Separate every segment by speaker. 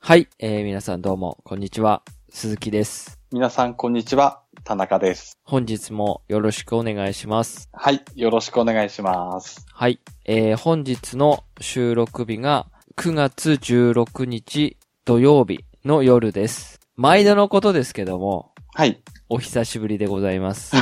Speaker 1: はい、えー皆さんどうも、こんにちは。鈴木です。
Speaker 2: 皆さん、こんにちは。田中です。
Speaker 1: 本日もよろしくお願いします。
Speaker 2: はい。よろしくお願いします。
Speaker 1: はい、えー本日の収録日が9月16日土曜日の夜です。毎度のことですけども、
Speaker 2: はい。
Speaker 1: お久しぶりでございます。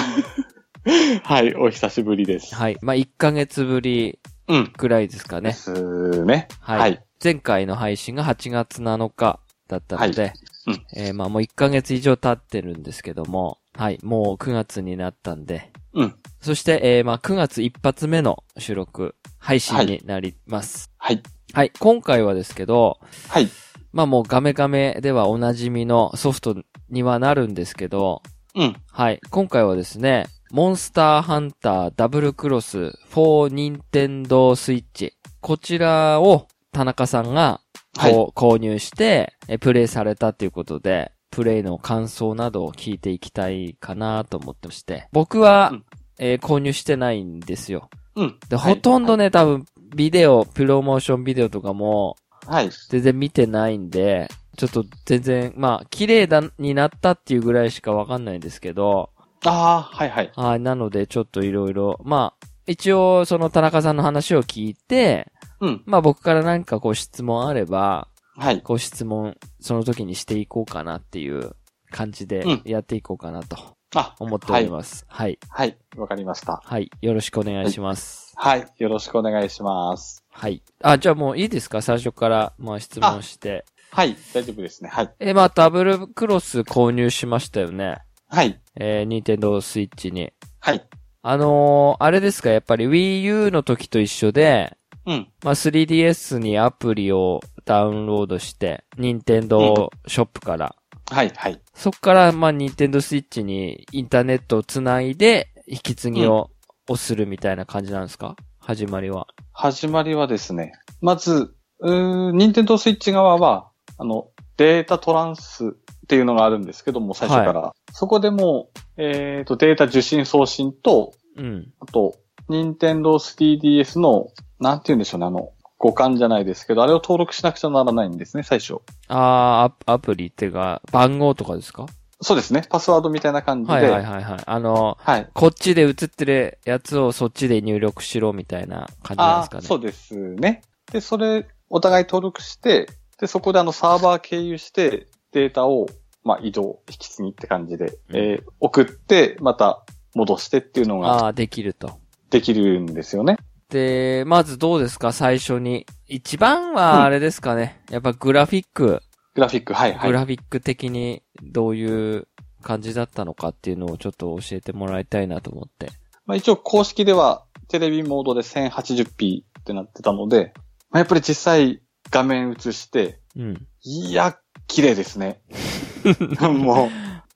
Speaker 2: はい。お久しぶりです。
Speaker 1: はい、まあ、1ヶ月ぶり
Speaker 2: うん。
Speaker 1: くらいですか
Speaker 2: で
Speaker 1: ね。
Speaker 2: すね。
Speaker 1: はい。
Speaker 2: はい。
Speaker 1: 前回の配信が8月7日だったので、
Speaker 2: うん
Speaker 1: えーまあもう1ヶ月以上経ってるんですけども、はい、もう9月になったんで、
Speaker 2: うん。
Speaker 1: そして、えーまあ9月一発目の収録、配信になります。
Speaker 2: はい。
Speaker 1: はい、今回はですけど、
Speaker 2: はい。
Speaker 1: まあもうガメガメではおなじみのソフトにはなるんですけど、
Speaker 2: うん。
Speaker 1: はい、今回はですね、モンスターハンターダブルクロス for ニンテンドースイッチ。こちらを田中さんが
Speaker 2: はい。
Speaker 1: こう購入して、えプレイされたということで、プレイの感想などを聞いていきたいかなと思ってまして。僕は、
Speaker 2: うん
Speaker 1: えー購入してないんですよ。
Speaker 2: うん。
Speaker 1: で、
Speaker 2: はい
Speaker 1: ほとんど。ね、多分、ビデオ、プロモーションビデオとかも、
Speaker 2: はい。
Speaker 1: 全然見てないんで、ちょっと全然、まあ、綺麗だ、になったっていうぐらいしかわかんないんですけど、
Speaker 2: ああ、はいはい。
Speaker 1: はい、なので、ちょっといろいろ、まあ、一応、その田中さんの話を聞いて、
Speaker 2: うん。
Speaker 1: まあ僕からなんかこう質問あれば、
Speaker 2: はい。
Speaker 1: ご質問、その時にしていこうかなっていう感じで
Speaker 2: うん
Speaker 1: やっていこうかなと
Speaker 2: あ、
Speaker 1: 思っております。はい。
Speaker 2: はい。わかりました。
Speaker 1: はい。よろしくお願いします。
Speaker 2: はい。よろしくお願いします。
Speaker 1: はい。あ、じゃあもういいですか最初から、まあ質問して。
Speaker 2: はい。大丈夫ですね。はい。
Speaker 1: え、まあダブルクロス購入しましたよね。
Speaker 2: はい。
Speaker 1: えー、ニンテンドースイッチに。
Speaker 2: はい。
Speaker 1: あのーあれですかやっぱり Wii U の時と一緒で、
Speaker 2: うん。
Speaker 1: まあ 3DS にアプリをダウンロードして、ニンテンドーショップから。
Speaker 2: はい。はい。
Speaker 1: そっから、まあ、ニンテンドスイッチにインターネットをつないで、引き継ぎを押するみたいな感じなんですか始まりは。
Speaker 2: 始まりはですね、まず、うーん、任天堂スイッチ側は、あの、データトランスっていうのがあるんですけども、最初から。そこでもう、えっ、と、データ受信送信と、
Speaker 1: うん。
Speaker 2: あと、任天堂 3DS の、なんて言うんでしょうね、あの、互換じゃないですけど、あれを登録しなくちゃならないんですね、最初。
Speaker 1: あーア、アプリっていうか、番号とかですか
Speaker 2: そうですね、パスワードみたいな感じで。
Speaker 1: はいはいはいはい。あの、
Speaker 2: はい
Speaker 1: こっちで映ってるやつをそっちで入力しろみたいな感じなんで
Speaker 2: あ
Speaker 1: す
Speaker 2: あ
Speaker 1: かね。
Speaker 2: そうですね。で、それ、お互い登録して、で、そこであのサーバー経由してデータを、まあ、移動、引き継ぎって感じで、
Speaker 1: うん
Speaker 2: えー送って、また戻してっていうのが
Speaker 1: ああ、できると。
Speaker 2: できるんですよね。
Speaker 1: で、まずどうですか最初に。一番はあれですかね、やっぱグラフィック、
Speaker 2: グラフィック、はいは
Speaker 1: グ
Speaker 2: い。
Speaker 1: ラフィック的にどういう感じだったのかっていうのをちょっと教えてもらいたいなと思って。
Speaker 2: まあ、一応公式ではテレビモードで 1080p ってなってたので、まあ、やっぱり実際画面映して、
Speaker 1: うん。
Speaker 2: いや、綺麗です ね。も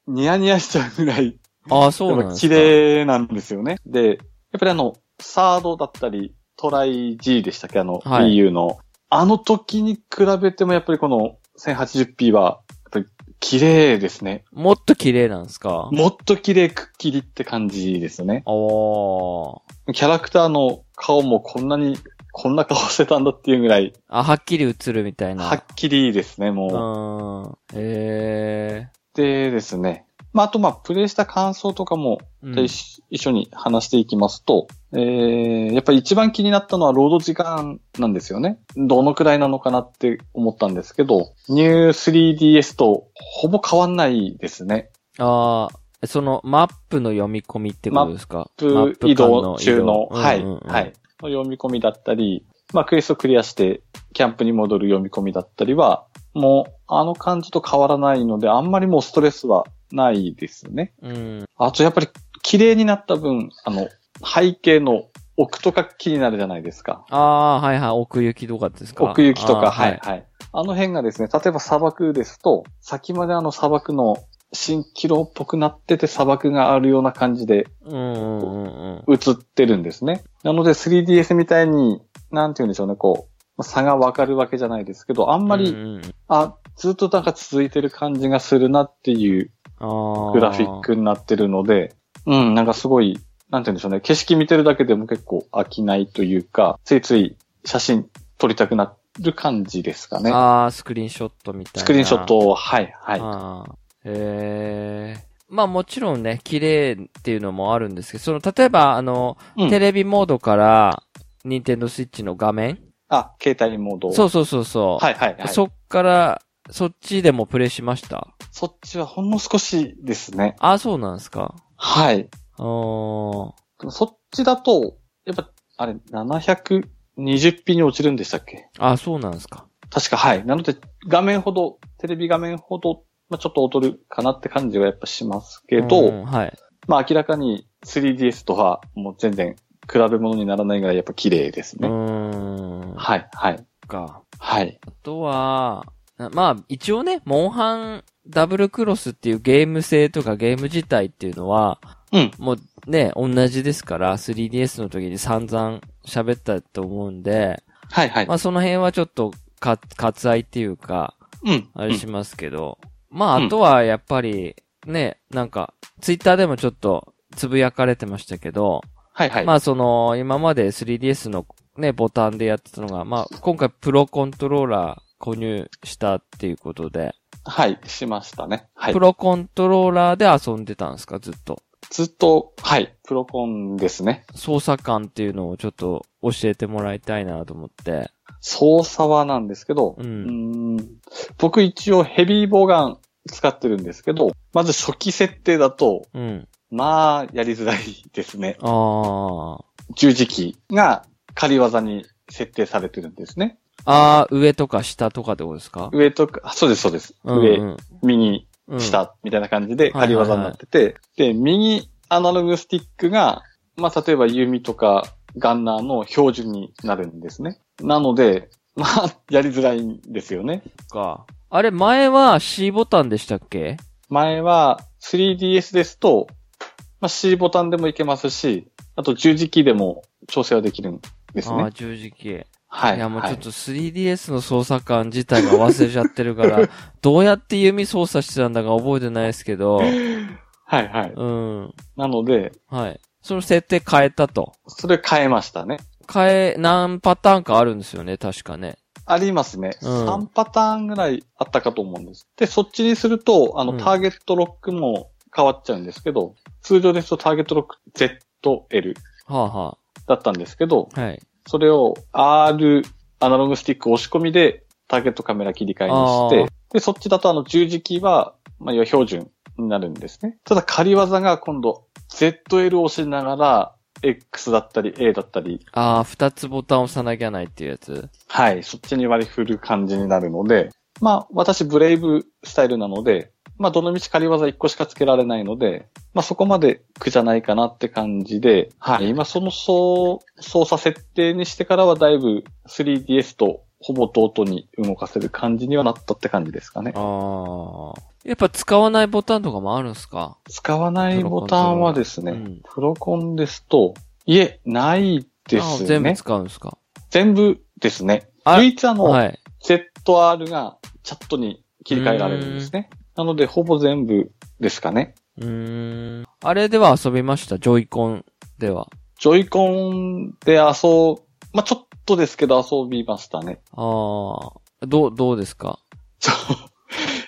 Speaker 2: う、ニヤニヤしちゃうぐらい
Speaker 1: ああ、そうなん
Speaker 2: やっ
Speaker 1: で
Speaker 2: ぱ
Speaker 1: す
Speaker 2: 綺
Speaker 1: か。
Speaker 2: 麗なんですよね。で、やっぱりあの、サードだったり、トライ G でしたっけあの、
Speaker 1: はい
Speaker 2: EU の。あの時に比べてもやっぱりこの 1080p は、やっぱり綺麗ですね。
Speaker 1: もっと綺麗なんですか
Speaker 2: もっと綺麗くっきりって感じですね。
Speaker 1: おー。
Speaker 2: キャラクターの顔もこんなに、こんな顔してたんだっていうぐらい、
Speaker 1: あ、はっきり映るみたいな。
Speaker 2: はっきりですね、
Speaker 1: う
Speaker 2: も
Speaker 1: ーん。え
Speaker 2: う。でですね。まあ、あとまあ、プレイした感想とかも、
Speaker 1: ー。
Speaker 2: で、一一緒に話していきますと、えー、やっぱり一番気になったのは労働時間なんですよね。どのくらいなのかなって思ったんですけど、New 3DS とほぼ変わんないですね。
Speaker 1: ああ、その、マップの読み込みってことですかマップ
Speaker 2: 移
Speaker 1: 間
Speaker 2: 動中の、
Speaker 1: 移動
Speaker 2: はい、
Speaker 1: うんうんうん
Speaker 2: はい。の読み込みだったり、まあ、クエストクリアして、キャンプに戻る読み込みだったりは、もう、あの感じと変わらないので、あんまりもうストレスはないですね。
Speaker 1: うん。
Speaker 2: あとやっぱり綺麗になった分、あの、背景の奥とか気になるじゃないですか。
Speaker 1: ああ、はいはい。奥行きとかですか
Speaker 2: 奥行きと
Speaker 1: あー
Speaker 2: か、はい、はい。あの辺がですね、例えば砂漠ですと、先まであの砂漠の蜃気楼っぽくなってて砂漠があるような感じで
Speaker 1: うんうんうんうん。
Speaker 2: 映ってるんですね。なので 3DS みたいに、なんて言うんでしょうね、こう、まあ差がわかるわけじゃないですけど、あん
Speaker 1: あ
Speaker 2: まり、あ、ずっとなんか続いてる感じがするなっていうグ
Speaker 1: グ
Speaker 2: ラフィッ。クになってるので、うん、なんかすごい、なんて言うんでしょうね、景色見てるだけでも結構飽きないというか、ついつい写真撮りたくなっる感じですかね。
Speaker 1: あー、スクリーンショットみたいな。
Speaker 2: スクリーンショットを、はい、はい。
Speaker 1: ああ。へえ。まあもちろんね、綺麗っていうのもあるんですけど、その、例えば、あの、
Speaker 2: うん
Speaker 1: テレビモードから、ニンテンドースイッチの画面
Speaker 2: あ、携帯モード。
Speaker 1: そうそうそうそう。
Speaker 2: はい、はい、はい。
Speaker 1: そっから、そっちでもプレイしました
Speaker 2: そっちはほんの少しですね。
Speaker 1: あ、そうなんですか。
Speaker 2: はい。
Speaker 1: あー
Speaker 2: そっちだと、やっぱ、あれ、720p に落ちるんでしたっけ
Speaker 1: あ、そうなんですか。
Speaker 2: 確か、はい。なので、画面ほど、テレビ画面ほど、まあ、ちょっと劣るかなって感じはやっぱしますけど、
Speaker 1: うんはい。
Speaker 2: まあ明らかに 3DS とはもう全然比べ物にならないぐらいやっぱ綺麗です
Speaker 1: う
Speaker 2: ね。
Speaker 1: ーん。
Speaker 2: はい、はい、
Speaker 1: か。
Speaker 2: はい。
Speaker 1: あとは、なまあ、一応ね、モンハンダブルクロスっていうゲーム性とかゲーム自体っていうのは、
Speaker 2: うん
Speaker 1: もうね、同じですから、3DS の時に散々喋ったと思うんで、
Speaker 2: はい、はい。
Speaker 1: まあその辺はちょっとか、割愛っていうか、
Speaker 2: うん。
Speaker 1: あ
Speaker 2: う
Speaker 1: れ
Speaker 2: ん
Speaker 1: しますけど、ま
Speaker 2: う
Speaker 1: あ
Speaker 2: ん
Speaker 1: あとはやっぱり、ね、なんか、ツイッターでもちょっとつぶやかれてましたけど、
Speaker 2: はい、はい。
Speaker 1: まあその、今まで 3DS のね、ボタンでやってたのが、まあ今回プロコントローラー購入したっていうことで、
Speaker 2: はい、しましたね。はい
Speaker 1: プ。ロコントローラーで遊んでたんですか、ずっと。
Speaker 2: ずっと、はい、プロコンですね。
Speaker 1: 操作感っていうのをちょっと教えてもらいたいなと思って。
Speaker 2: 操作はなんですけど、
Speaker 1: うん
Speaker 2: うーん僕一応ヘビーボガン使ってるんですけど、まず初期設定だと、
Speaker 1: うん。
Speaker 2: まあ、やりづらいですね。
Speaker 1: あ
Speaker 2: 十字キーが仮技に設定されてるんですね。
Speaker 1: あ。ああ、上とか下とかってことですか
Speaker 2: 上とか、あそうです、そうです。
Speaker 1: うん
Speaker 2: 上、右、
Speaker 1: うん。
Speaker 2: 下、みたいな感じ
Speaker 1: は
Speaker 2: で
Speaker 1: いはい
Speaker 2: 仮
Speaker 1: はい
Speaker 2: 技になってて、で、右アナログスティックが、まあ、例えば弓とかガンナーの標準になるんですね。なので、まあ、 やりづらいんですよね。
Speaker 1: か。あれ、前は C ボタンでしたっけ
Speaker 2: 前は 3DS ですと、まあ、C ボタンでもいけますし、あと十字キーでも調整はできるんです
Speaker 1: ああ、
Speaker 2: ね。
Speaker 1: 十字キー。
Speaker 2: はいい。
Speaker 1: や、もう
Speaker 2: は
Speaker 1: ちょっと 3DS の操作感自体が忘れちゃってる から、どうやって弓操作してたんだか覚えてないですけど、
Speaker 2: はい、はい。
Speaker 1: うん。
Speaker 2: なので、
Speaker 1: はい。その設定変えたと。
Speaker 2: それ変えましたね。
Speaker 1: 変え、何パターンかあるんですよね、確かね。
Speaker 2: ありますね。
Speaker 1: うん
Speaker 2: 3パターンぐらいあったかと思うんです。で、そっちにすると、あ
Speaker 1: うん
Speaker 2: の、ターゲットロックも変わっちゃうんですけど、通常ですとターゲットロック ZL
Speaker 1: はあは
Speaker 2: だったんですけど、
Speaker 1: あ。はい。
Speaker 2: それを R アナログスティック押し込みでターゲットカメラ切り替えにして、で、そっちだとあの十字キーは、まあ、いわゆる標準になるんですね。ただ仮技が今度 ZL を押しながら、X だったり A だったり、
Speaker 1: ああ、二つボタン押さなきゃないっていうやつ。
Speaker 2: はい、そっちに割り振る感じになるので、まあ、私、ブレイブスタイルなので、まあ、どの道仮技1個しかつけられないので、まあ、そこまで苦じゃないかなって感じで、はい、今、その操操作設定にしてからはだいぶ 3DS とほぼ同等に動かせる感じにはなったって感じですかね。
Speaker 1: ああ。やっぱ使わないボタンとかもあるんすか
Speaker 2: 使わないボタンはです
Speaker 1: う
Speaker 2: ね、
Speaker 1: ん。
Speaker 2: プロコンですと、いえ、ないで
Speaker 1: あー
Speaker 2: すね。
Speaker 1: 全部使うんすか
Speaker 2: 全部ですね。
Speaker 1: あ
Speaker 2: 唯一あの、
Speaker 1: はい。
Speaker 2: ZR がチャットに切り替えられるんですね。なので、ほぼ全部ですかね。
Speaker 1: うーん。あれでは遊びました、ジョイコンでは。
Speaker 2: ジョイコンで遊、まあ、ちょっとですけど遊びましたね。
Speaker 1: ああ。どう、どうですか
Speaker 2: ちょ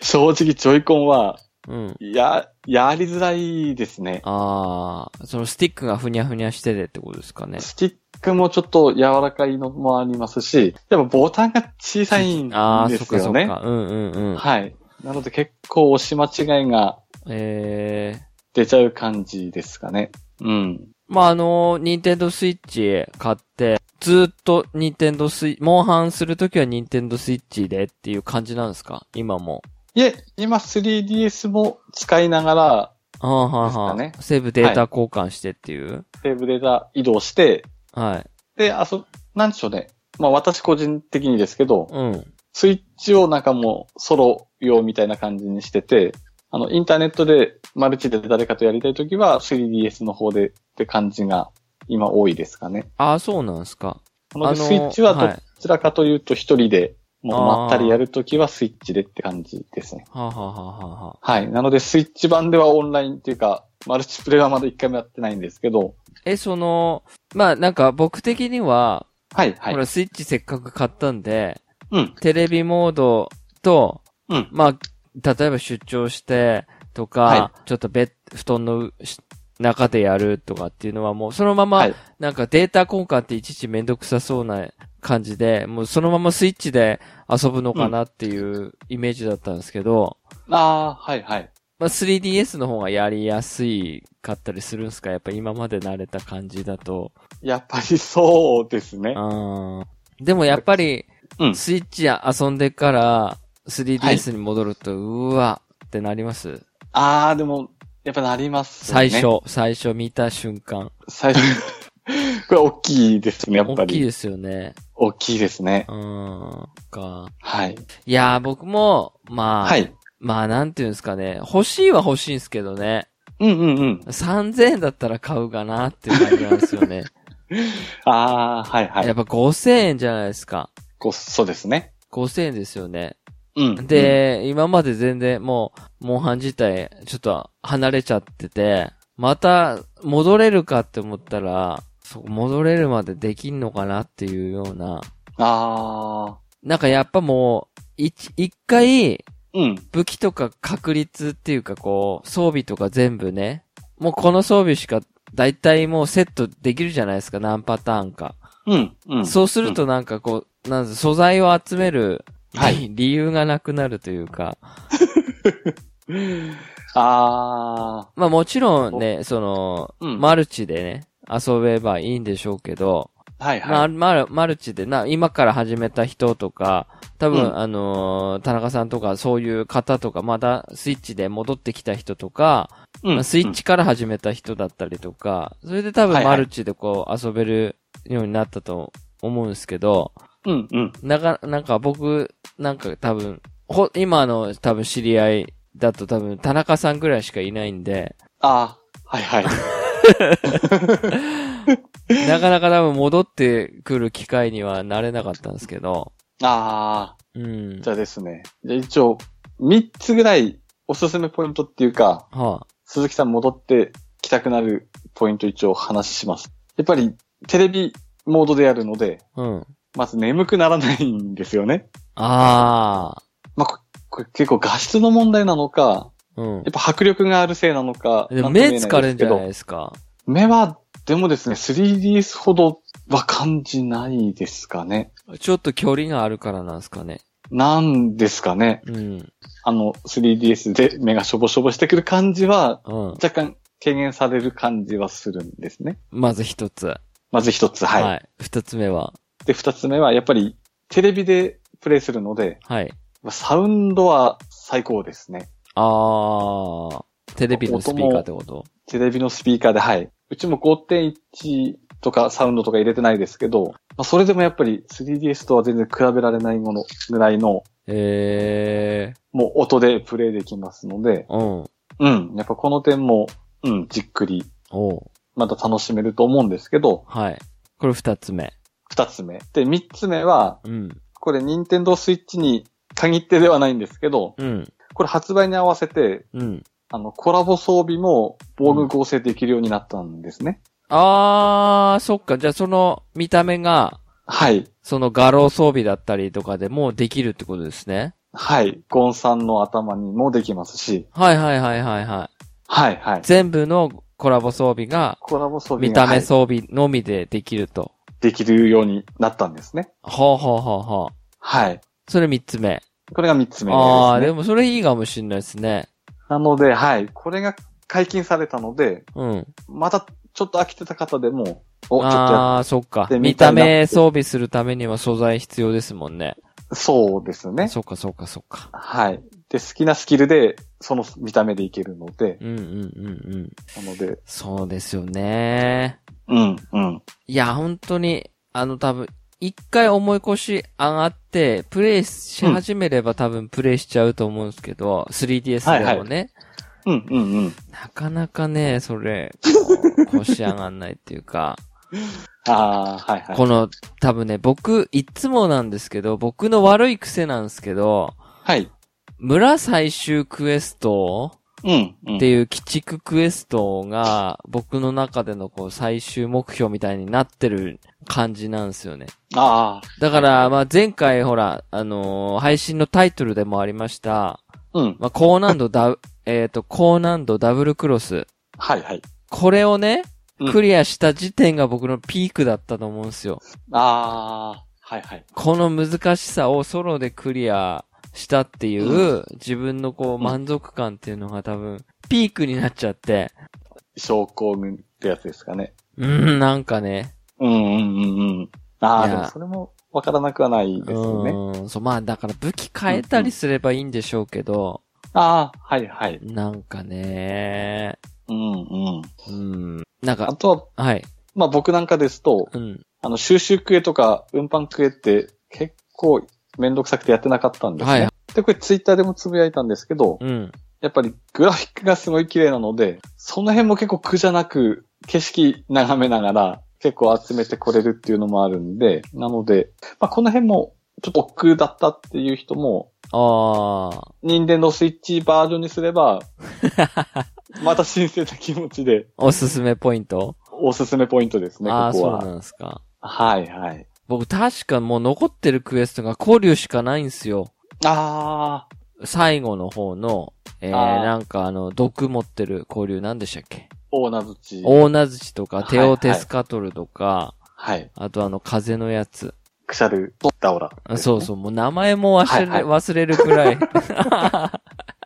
Speaker 2: 正直、ジョイコンは、
Speaker 1: うん。
Speaker 2: や、やりづらいですね。
Speaker 1: ああ。そのスティックがふにゃふにゃしててってことですかね。
Speaker 2: スティックもちょっと柔らかいのもありますし、でもボタンが小さいん
Speaker 1: ああ、
Speaker 2: で
Speaker 1: そっ
Speaker 2: す
Speaker 1: かそ
Speaker 2: よ
Speaker 1: っ
Speaker 2: ね。
Speaker 1: か。うんうんうん。
Speaker 2: はい。なので結構押し間違いが
Speaker 1: ええー。
Speaker 2: 出ちゃう感じですかね。うん。
Speaker 1: まあ、あの、ニンテンドースイッチ買って、ずーっとニンテンドースイモンハンするときはニンテンドースイッチでっていう感じなんですか今も。
Speaker 2: いえ、今 3DS も使いながら、
Speaker 1: ああ、はあ、はあ、
Speaker 2: ですか
Speaker 1: セーブデータ交換してっていう。
Speaker 2: セーブデータ移動して、
Speaker 1: はい。
Speaker 2: で、あそ、なんでしょうね。まあ私個人的にですけど、
Speaker 1: うん。
Speaker 2: スイッチをなんかもうソロ用みたいな感じにしてて、あの、インターネットでマルチで誰かとやりたいときは 3DS の方でって感じが今多いですかね。
Speaker 1: ああ、そうなんですか。
Speaker 2: なので
Speaker 1: あのー
Speaker 2: スイッチは
Speaker 1: はい
Speaker 2: どちらかというと一人で、も
Speaker 1: あ
Speaker 2: う
Speaker 1: ー
Speaker 2: まったりやるときはスイッチでって感じですね。
Speaker 1: はあ、はあはあはあはあ、
Speaker 2: はい。なのでスイッチ版ではオンラインっていうか、マルチプレイはまだ一回もやってないんですけど、
Speaker 1: え、その、まあ、なんか僕的には、
Speaker 2: はい、はい
Speaker 1: ほ。ら、スイッチせっかく買ったんで、
Speaker 2: うん。
Speaker 1: テレビモードと、
Speaker 2: うん
Speaker 1: まあ、例えば出張してとか、
Speaker 2: は
Speaker 1: ちょっとベッ、布団のし中でやるとかっていうのはもうそのまま、
Speaker 2: はい
Speaker 1: なんかデータ交換っていちいちめんどくさそうな感じで、もうそのままスイッチで遊ぶのかなっていうイメージだったんですけど、
Speaker 2: ああ、はいはい。
Speaker 1: まあ 3DS の方がやりやすいかったりするんですかやっぱ今まで慣れた感じだと。
Speaker 2: やっぱりそうですね。
Speaker 1: あーでもやっぱり、
Speaker 2: うん
Speaker 1: スイッチ遊んでから、3DS に戻ると、うわってなります。
Speaker 2: ああ、でも、やっぱなります、ね。
Speaker 1: 最初、。最初見た瞬間。
Speaker 2: 最初。 これ大きいですね、やっぱ
Speaker 1: 大きい
Speaker 2: り。
Speaker 1: ですよね。
Speaker 2: 大きいですね。
Speaker 1: うん。か。
Speaker 2: はい。
Speaker 1: いやー、僕も、まあ、
Speaker 2: はい。
Speaker 1: まあ、なんていうんですかね。欲しいは欲しいんですけどね。
Speaker 2: うんうんうん。
Speaker 1: 3000円だったら買うかなっていう感じなんですよね。
Speaker 2: ああ、はい は
Speaker 1: やっ
Speaker 2: い。
Speaker 1: ぱ5000円じゃないですか。
Speaker 2: こうそうですね。
Speaker 1: 5000円ですよね。
Speaker 2: うん。
Speaker 1: で、今まで全然もう、モンハン自体、ちょっと離れちゃってて、また戻れるかって思ったら、そこ戻れるまでできんのかなっていうような、
Speaker 2: うん、ああ、
Speaker 1: なんかやっぱもう、一、一回、
Speaker 2: うん。
Speaker 1: 武器とか確率っていうかこう、装備とか全部ね、もうこの装備しか、だいたいもうセットできるじゃないですか、何パターンか。
Speaker 2: うん。うん。
Speaker 1: そうするとなんかこう、なんせ素材を集める、
Speaker 2: は
Speaker 1: 理由がなくなるというか、
Speaker 2: ああ、
Speaker 1: まあもちろんね、その、
Speaker 2: うん
Speaker 1: マルチでね、遊べばいいんでしょうけど、
Speaker 2: はい
Speaker 1: ま
Speaker 2: は
Speaker 1: あ
Speaker 2: い。
Speaker 1: マルマルチでな、今から始めた人とか、多分、
Speaker 2: うん
Speaker 1: あのー田中さんとかそういう方とか、まだスイッチで戻ってきた人とか、
Speaker 2: う
Speaker 1: まあスイッ。チから始めた人だったりとか、それで多
Speaker 2: は
Speaker 1: 分
Speaker 2: いはい
Speaker 1: マルチでこう遊べるようになったと思うんですけど、
Speaker 2: うんうん。
Speaker 1: なか、なんか僕、なんか多分、ほ、今の多分知り合いだと多分田中さんぐらいしかいないんで、
Speaker 2: ああ、はいはい。
Speaker 1: なかなか多分戻ってくる機会にはなれなかったんですけど。
Speaker 2: ああ、
Speaker 1: うん
Speaker 2: じ。ゃあですね。じゃあ一応、3つぐらいおすすめポイントっていうか、
Speaker 1: は
Speaker 2: 鈴木さん戻ってきたくなるポイント一応話します。やっぱりテレビモードでやるので、
Speaker 1: あ、うん。
Speaker 2: まず眠くならないんですよね。
Speaker 1: ああ。
Speaker 2: まあ、ここれ結構画質の問題なのか、
Speaker 1: うん
Speaker 2: や。っぱ迫力があるせいなのか。
Speaker 1: でも
Speaker 2: なんとも
Speaker 1: 目
Speaker 2: 言え
Speaker 1: 疲
Speaker 2: い
Speaker 1: れ
Speaker 2: で
Speaker 1: ん
Speaker 2: す
Speaker 1: じ
Speaker 2: け
Speaker 1: ゃ
Speaker 2: ど
Speaker 1: ないですか。
Speaker 2: 目は、でもですね、3DS ほどは感じないですかね。
Speaker 1: ちょっと距離があるからなんですかね。
Speaker 2: なんですかね。
Speaker 1: うん。
Speaker 2: あの、3DS で目がしょぼしょぼしてくる感じは、
Speaker 1: うん。
Speaker 2: 若干軽減される感じはするんですね。
Speaker 1: まず一つ。
Speaker 2: まず一つ、はい。
Speaker 1: 二つ目は。
Speaker 2: で、二つ目は、やっぱり、テレビでプレイするので、
Speaker 1: はい。
Speaker 2: サウンドは最高ですね。
Speaker 1: ああ。テレビのスピーカーってこと
Speaker 2: テレビのスピーカーで、はい。うちも5.1とかサウンドとか入れてないですけど、まあ、それでもやっぱり 3DS とは全然比べられないものぐらいの、
Speaker 1: ええ
Speaker 2: もう音でプレイできますので、
Speaker 1: ー。うん。
Speaker 2: うん。やっぱこの点も、うん、じっくり、
Speaker 1: おう
Speaker 2: また楽しめると思うんですけど、
Speaker 1: はい。これ二つ目。
Speaker 2: 二つ目。で、三つ目は、
Speaker 1: うん。
Speaker 2: これ、任天堂スイッチに限ってではないんですけど、
Speaker 1: うん。
Speaker 2: これ発売に合わせて、
Speaker 1: うん。
Speaker 2: あの、コラボ装備も防具合成できるようになったんですね。
Speaker 1: ああ、そっか。じゃあその見た目が、
Speaker 2: はい。
Speaker 1: その画廊装備だったりとかでもできるってことですね。
Speaker 2: はい。ゴンさんの頭にもできますし、
Speaker 1: はいはいはいはいはい。
Speaker 2: はいはい。
Speaker 1: 全部のコラボ装備が
Speaker 2: コラボ装備
Speaker 1: 見
Speaker 2: が、
Speaker 1: た
Speaker 2: は
Speaker 1: 目
Speaker 2: い、
Speaker 1: 装備のみでできると。
Speaker 2: できるようになったんですね。
Speaker 1: ほうほうほうほう。
Speaker 2: はい。
Speaker 1: それ三つ目。
Speaker 2: これが三つ目ですね。
Speaker 1: ああ、でもそれいいかもしんないですね。
Speaker 2: なので、はい。これが解禁されたので、
Speaker 1: うん。
Speaker 2: またちょっと飽きてた方でも、お、ちょっとや
Speaker 1: ああ、そっか。
Speaker 2: で
Speaker 1: 見
Speaker 2: 見
Speaker 1: た
Speaker 2: た目
Speaker 1: 目装備するためには素材必要ですもんね。
Speaker 2: そうですね。
Speaker 1: そっかそっかそっか。
Speaker 2: はい。で、好きなスキルで、その見た目でいけるので、
Speaker 1: うんうんうんうん。
Speaker 2: なので、
Speaker 1: そうですよね。
Speaker 2: うん、うん。
Speaker 1: いや、本当に、あの多分、一回思い越し上がって、プレイし始めれば多分プレイしちゃうと思うんですけど、3DS でもね、
Speaker 2: うん、うん、うん。
Speaker 1: なかなかね、そ れ、こう腰上がんないっていうか、
Speaker 2: ああ、はい、はい。
Speaker 1: この、多分ね、僕、いつもなんですけど、僕の悪い癖なんですけど、
Speaker 2: はい。
Speaker 1: 村最終クエストを
Speaker 2: うん。うん
Speaker 1: っていう鬼畜クエストが僕の中でのこう最終目標みたいになってる感じなんですよね。
Speaker 2: あ
Speaker 1: だから、まあ前回ほら、あのー配信のタイトルでもありました、
Speaker 2: あ。うん。
Speaker 1: まあ高難度ダブ、 えっと、高難度ダブルクロス。
Speaker 2: はいはい。
Speaker 1: これをね
Speaker 2: うん、
Speaker 1: クリアした時点が僕のピークだったと思うんですよ。
Speaker 2: ああ。はいはい。
Speaker 1: この難しさをソロでクリアしたっていう、
Speaker 2: う
Speaker 1: 自分のこう
Speaker 2: うん
Speaker 1: 満足感っていうのが多分、ピークになっちゃって、
Speaker 2: 症候群ってやつですかね。
Speaker 1: うん、なんかね。
Speaker 2: うんうんうんうん。ああ、
Speaker 1: い
Speaker 2: で
Speaker 1: や
Speaker 2: もそれもわからなくはないですよね。
Speaker 1: うん。そう、まあだから武器変えたりすればいいんでしょうけど、
Speaker 2: ああ、はいはい。
Speaker 1: なんかね、
Speaker 2: うんうん。
Speaker 1: うん。なん
Speaker 2: あ
Speaker 1: か、
Speaker 2: とは、
Speaker 1: はい。
Speaker 2: まあ僕なんかですと、
Speaker 1: うん。
Speaker 2: あの、収集クエとか運搬クエって結構めんどくさくてやってなかったんですね。
Speaker 1: はい
Speaker 2: で、これツイッターでもつぶやいたんですけど、
Speaker 1: うん。
Speaker 2: やっぱりグラフィックがすごい綺麗なので、その辺も結構苦じゃなく、景色眺めながら結構集めてこれるっていうのもあるんで、なので、まあこの辺もちょっと億劫だったっていう人も、
Speaker 1: ああ。
Speaker 2: 任天堂スイッチバージョンにす れば、また新鮮な気持ちで、
Speaker 1: おすすめポイント
Speaker 2: おすすめポイントですね、
Speaker 1: ああ、
Speaker 2: ここ
Speaker 1: そう
Speaker 2: は。
Speaker 1: なんですか。
Speaker 2: はいはい。
Speaker 1: 僕確かもう残ってるクエストが交流しかないんですよ。
Speaker 2: あー、
Speaker 1: 最後の方の、えー、
Speaker 2: あー
Speaker 1: なんかあの、毒持ってる交流なんでしたっけ
Speaker 2: 大名槌。
Speaker 1: 大名槌とか、
Speaker 2: はい
Speaker 1: テオテスカトルとか、
Speaker 2: はい。
Speaker 1: あとあの、風のやつ。
Speaker 2: くしゃる、とダオラ。
Speaker 1: あそうそう、もう名前も忘れ、
Speaker 2: はいは
Speaker 1: 忘れるく らい。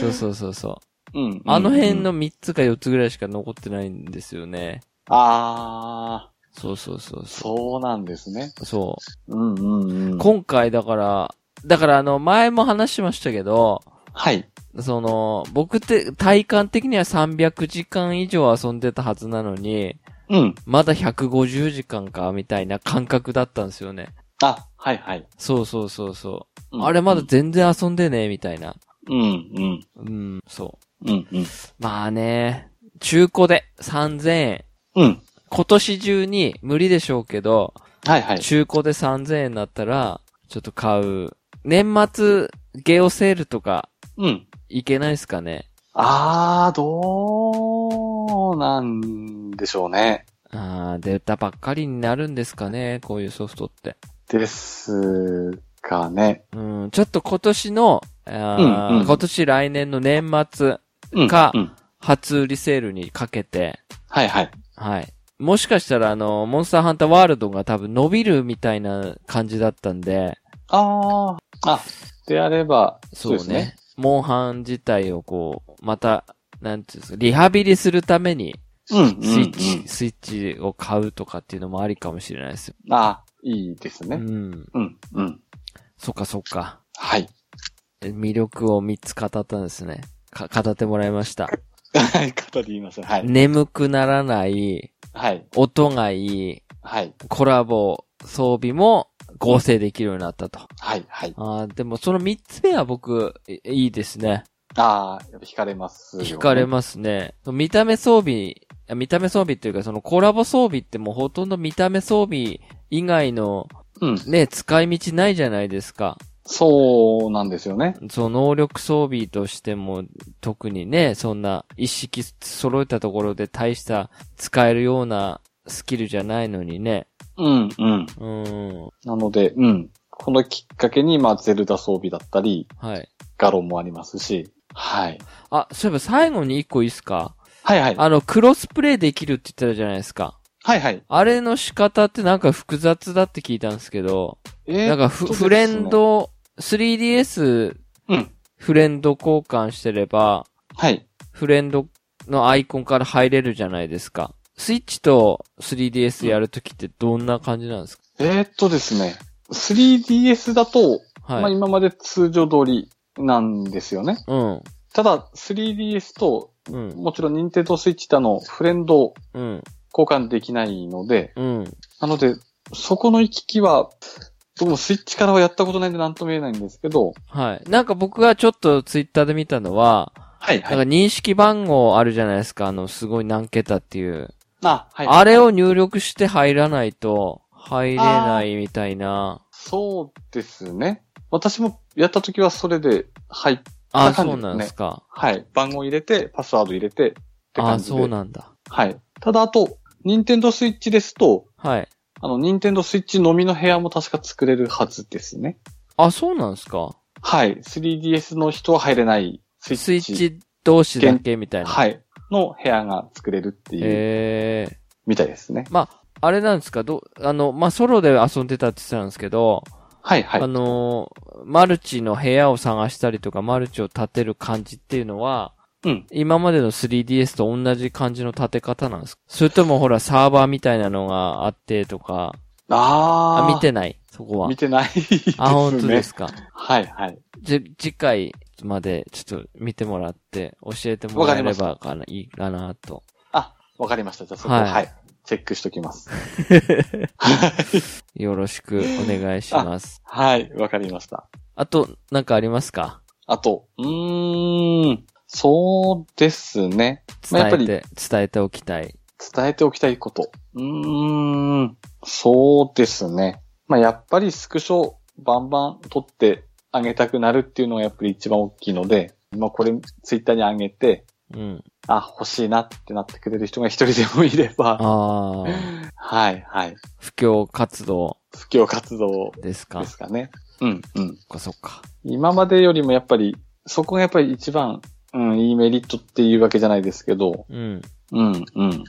Speaker 1: そうそうそうそう。
Speaker 2: うん。うん。
Speaker 1: あの辺
Speaker 2: う
Speaker 1: の
Speaker 2: ん。
Speaker 1: 3つか4つぐらいしか残ってないんですよね。
Speaker 2: あ
Speaker 1: そうそうそう
Speaker 2: ー、
Speaker 1: そ
Speaker 2: そうなんですね。
Speaker 1: う。そ
Speaker 2: うんうんう
Speaker 1: う。
Speaker 2: ん。
Speaker 1: 今回だから、だからあの、前も話しましたけど、
Speaker 2: はい。
Speaker 1: その、僕って体感的には300時間以上遊んでたはずなのに、
Speaker 2: うん。
Speaker 1: まだ150時間か、みたいな感覚だったんですよね。
Speaker 2: あ、はいはい。
Speaker 1: そうそうそうそう。
Speaker 2: うん
Speaker 1: あれまだ全然遊んでね、みたいな。
Speaker 2: うんうん。
Speaker 1: うん、そ
Speaker 2: うんうん。
Speaker 1: う。まあね、中古で3000円。
Speaker 2: うん。
Speaker 1: 今年中に無理でしょうけど、
Speaker 2: はいはい。
Speaker 1: 中古で3000円だったら、ちょっと買う。年末、ゲオセールとか、
Speaker 2: うん。
Speaker 1: いけないですかね。
Speaker 2: あー、どうなんでしょうね。
Speaker 1: あー、出たばっかりになるんですかね、こういうソフトって。
Speaker 2: ですかね。
Speaker 1: うん、ちょっと今年の、あー
Speaker 2: うんうん
Speaker 1: 今年来年の年末、
Speaker 2: うん。
Speaker 1: か
Speaker 2: うん。
Speaker 1: 初売りセールにかけて、
Speaker 2: はいはい。
Speaker 1: はい。もしかしたらあの、モンスターハンターワールドが多分伸びるみたいな感じだったんで、
Speaker 2: あー。あ、であれば、
Speaker 1: そうね。
Speaker 2: ですね。
Speaker 1: モンハン自体をこう、また、なんていうんですか、リハビリするために、
Speaker 2: うん。
Speaker 1: スイッチ、
Speaker 2: うんうん
Speaker 1: スイッチを買うとかっていうのもありかもしれないですよ。
Speaker 2: あ、いいです
Speaker 1: う
Speaker 2: ね。
Speaker 1: ん。
Speaker 2: うん。うん。
Speaker 1: そっかそっか。
Speaker 2: はい。
Speaker 1: え魅力を3つ語ったんですね。か、語ってもらいました。
Speaker 2: はい、語りません。はい。
Speaker 1: 眠くならない、
Speaker 2: はい。
Speaker 1: 音がいい、
Speaker 2: はい。
Speaker 1: コラボ、装備も合成できるようになったと。
Speaker 2: はい。はい。
Speaker 1: あーでもその三つ目は僕、いいいですね。
Speaker 2: あー、やっぱ惹かれますよね。
Speaker 1: 惹かれますね。見た目装備、あ見た目装備っていうかそのコラボ装備ってもうほとんど見た目装備以外の
Speaker 2: うん。
Speaker 1: ね、使い道ないじゃないですか。
Speaker 2: そうなんですよね。
Speaker 1: その能力装備としても特にね、そんな一式揃えたところで大した使えるようなスキルじゃないのにね。
Speaker 2: うん。うん。
Speaker 1: うん。
Speaker 2: なので、うん。このきっかけに、まあ、ゼルダ装備だったり、
Speaker 1: はい。
Speaker 2: ガロンもありますし、はい。
Speaker 1: あ、そういえば最後に一個いいっすか
Speaker 2: はいはい。
Speaker 1: あの、クロスプレイできるって言ってたじゃないですか。
Speaker 2: はいはい。
Speaker 1: あれの仕方ってなんか複雑だって聞いたんですけど、
Speaker 2: えー
Speaker 1: なんかフ,、
Speaker 2: そうですね
Speaker 1: フレンド、3DS
Speaker 2: うん。
Speaker 1: フレンド交換してれば、
Speaker 2: はい。
Speaker 1: フレンドのアイコンから入れるじゃないですか。スイッチと 3DS やるときってどんな感じなんですか、
Speaker 2: えーっとですね。3DS だと、ま
Speaker 1: は
Speaker 2: あ
Speaker 1: い。
Speaker 2: 今まで通常通りなんですよね。
Speaker 1: うん。
Speaker 2: ただ、3DS と、
Speaker 1: うん。
Speaker 2: もちろん Nintendo Switch とあのフレンド
Speaker 1: うん。
Speaker 2: 交換できないので、
Speaker 1: うん。
Speaker 2: なので、そこの行き来は、僕もスイッチからはやったことないんで何とも言えないんですけど、
Speaker 1: はい。なんか僕がちょっとツイッターで見たのは、
Speaker 2: はい
Speaker 1: なんか認識番号あるじゃないですか。あの、すごい何桁っていう。
Speaker 2: あ、はい。
Speaker 1: あれを入力して入らないと、入れないみたいな。
Speaker 2: そうですね。私もやった時はそれで入っ
Speaker 1: あ、
Speaker 2: そんな感じ
Speaker 1: そうなんですか。
Speaker 2: はい。番号入れて、パスワード入れて、って
Speaker 1: あ、
Speaker 2: 感じで。
Speaker 1: そうなんだ。
Speaker 2: はい。ただ、あと、任天堂スイッチですと、
Speaker 1: はい。
Speaker 2: あの、任天堂スイッチのみの部屋も確か作れるはずですね。
Speaker 1: あ、そうなんですか。
Speaker 2: はい。3DS の人は入れないスイッチ。
Speaker 1: スイッチ同士だけみたいな。
Speaker 2: はい。の部屋が作れるっていう、
Speaker 1: ええ
Speaker 2: みたいですね。
Speaker 1: まあ、あれなんですか、ど、あの、まあ、ソロで遊んでたって言ってたんですけど、
Speaker 2: はいはい
Speaker 1: あ。のー、マルチの部屋を探したりとか、マルチを立てる感じっていうのは、
Speaker 2: うん
Speaker 1: 今までの 3DS と同じ感じの立て方なんですかそれともほら、サーバーみたいなのがあってとか、
Speaker 2: あ
Speaker 1: あ
Speaker 2: ー。
Speaker 1: 見てないそこは
Speaker 2: 見。てないですね。
Speaker 1: あ、本当ですか。
Speaker 2: はいはい。
Speaker 1: じゃ、次回までちょっと見てもらって、教えてもらえればかな、いいかなと。
Speaker 2: あ、わかりました。じゃあそこ、
Speaker 1: は
Speaker 2: はいい、チェックしときます。
Speaker 1: よろしくお願いします。
Speaker 2: はい。わかりました。
Speaker 1: あと、なんかありますか
Speaker 2: あと、うーん。そうですね。ま
Speaker 1: 伝え
Speaker 2: あやっぱ
Speaker 1: て、
Speaker 2: り
Speaker 1: 伝えておきたい。
Speaker 2: 伝えておきたいこと。うーん。そうですね。まあ、やっぱりスクショバンバン撮ってあげたくなるっていうのがやっぱり一番大きいので、まあ、これツイッターにあげて、
Speaker 1: うん。
Speaker 2: あ、欲しいなってなってくれる人が一人でもいれば、
Speaker 1: ああ、
Speaker 2: はい、はい。
Speaker 1: 不況活動
Speaker 2: 布教活動
Speaker 1: ですか
Speaker 2: で。すかね。うん、うん。
Speaker 1: そっかそっか。
Speaker 2: 今までよりもやっぱり、そこがやっぱり一番、うん、いいメリットっていうわけじゃないですけど、
Speaker 1: うん。
Speaker 2: うん、うん。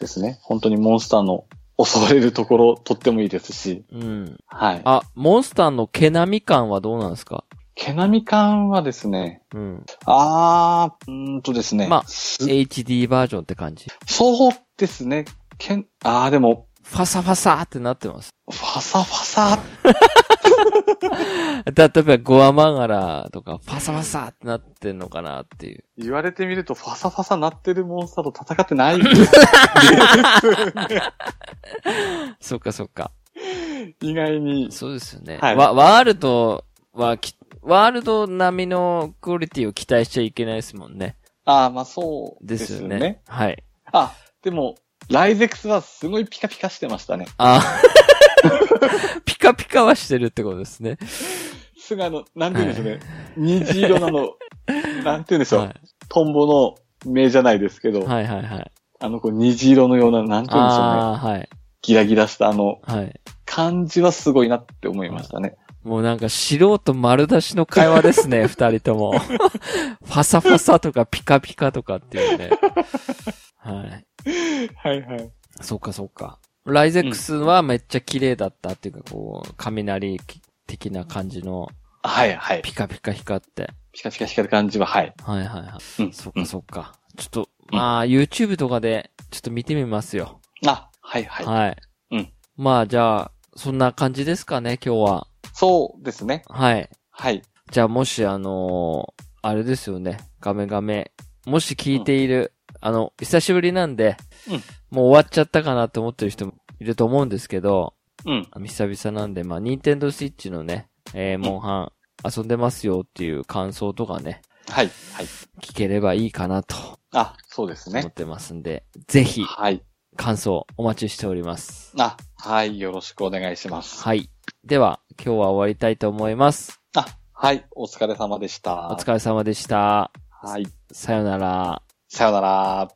Speaker 2: ですね。本当にモンスターの襲われるところとってもいいですし、
Speaker 1: うん。
Speaker 2: はい。
Speaker 1: あ、モンスターの毛並み感はどうなんですか
Speaker 2: 毛並み感はですね、
Speaker 1: うん。
Speaker 2: あー、うーんとですね。
Speaker 1: まあ
Speaker 2: す
Speaker 1: HD バージョンって感じ。
Speaker 2: そうですね。けん、あーでも、
Speaker 1: ファサファサーってなってます。
Speaker 2: ファサファサ、
Speaker 1: だ、例えば、ゴアマガラとか、ファサファサーってなってんのかなっていう。
Speaker 2: 言われてみるとファサファサなってるモンスターと戦ってない。
Speaker 1: そっかそっか。
Speaker 2: 意外に。
Speaker 1: そうですよね。
Speaker 2: はい
Speaker 1: わワールドはき、ワールド並みのクオリティを期待しちゃいけないですもんね。
Speaker 2: あー、まあそう
Speaker 1: で
Speaker 2: です
Speaker 1: よ
Speaker 2: すよ
Speaker 1: ね。
Speaker 2: ね。
Speaker 1: はい。
Speaker 2: あ、でも、ライゼクスはすごいピカピカしてましたね。
Speaker 1: あ ピカピカはしてるってことですね。
Speaker 2: すぐあの、なんて言うんでしょうね。虹色 なの、なんて言うんでしょう。
Speaker 1: は
Speaker 2: トンボの目じゃないですけど、
Speaker 1: い、はいはいはい。
Speaker 2: あのこう虹色のような、なんて言うんでしょうね。
Speaker 1: ああ、はい。
Speaker 2: ギラギラしたあの
Speaker 1: はい。
Speaker 2: 感じはすごいなって思いましたね。
Speaker 1: もうなんか素人丸出しの会話です ね、二人とも。ファサファサとかピカピカとかっていうね。はい。
Speaker 2: はいはい。
Speaker 1: そうかそうか。ライゼックスはめっちゃ綺麗だったっていうか、こう、雷的な感じの
Speaker 2: はいはい。
Speaker 1: ピカピカ光って。
Speaker 2: ピカピカ光る感じは、はい。
Speaker 1: はいはいはい。
Speaker 2: うん。
Speaker 1: そっ
Speaker 2: う
Speaker 1: か
Speaker 2: ん
Speaker 1: そっか。ちょっと、まあ、YouTube とかで、ちょっと見てみますよ。
Speaker 2: あ、はいはい。
Speaker 1: はい。
Speaker 2: うん。
Speaker 1: まあ、じゃあ、そんな感じですかね、今日は。
Speaker 2: そうですね。
Speaker 1: はい。
Speaker 2: はい。
Speaker 1: じゃあ、もし、あのーあれですよね、ガメガメ。もし聞いている、あの、久しぶりなんで、
Speaker 2: うん
Speaker 1: もう終わっちゃったかなと思ってる人もいると思うんですけど、
Speaker 2: うん。
Speaker 1: 久々なんで、まあ、ニンテンドースイッチのね、えー、モンハン、遊んでますよっていう感想とかね、
Speaker 2: はい。はい。
Speaker 1: 聞ければいいかなと
Speaker 2: あ、そうです
Speaker 1: 思っ
Speaker 2: ね。
Speaker 1: てますんで、ぜひ、
Speaker 2: はい。
Speaker 1: 感想お待ちしております。
Speaker 2: あ、はい。よろしくお願いします。
Speaker 1: はい。では、今日は終わりたいと思います。
Speaker 2: あ、はい。お疲れ様でした。
Speaker 1: お疲れ様でした。
Speaker 2: はい。
Speaker 1: さよなら。
Speaker 2: さよなら。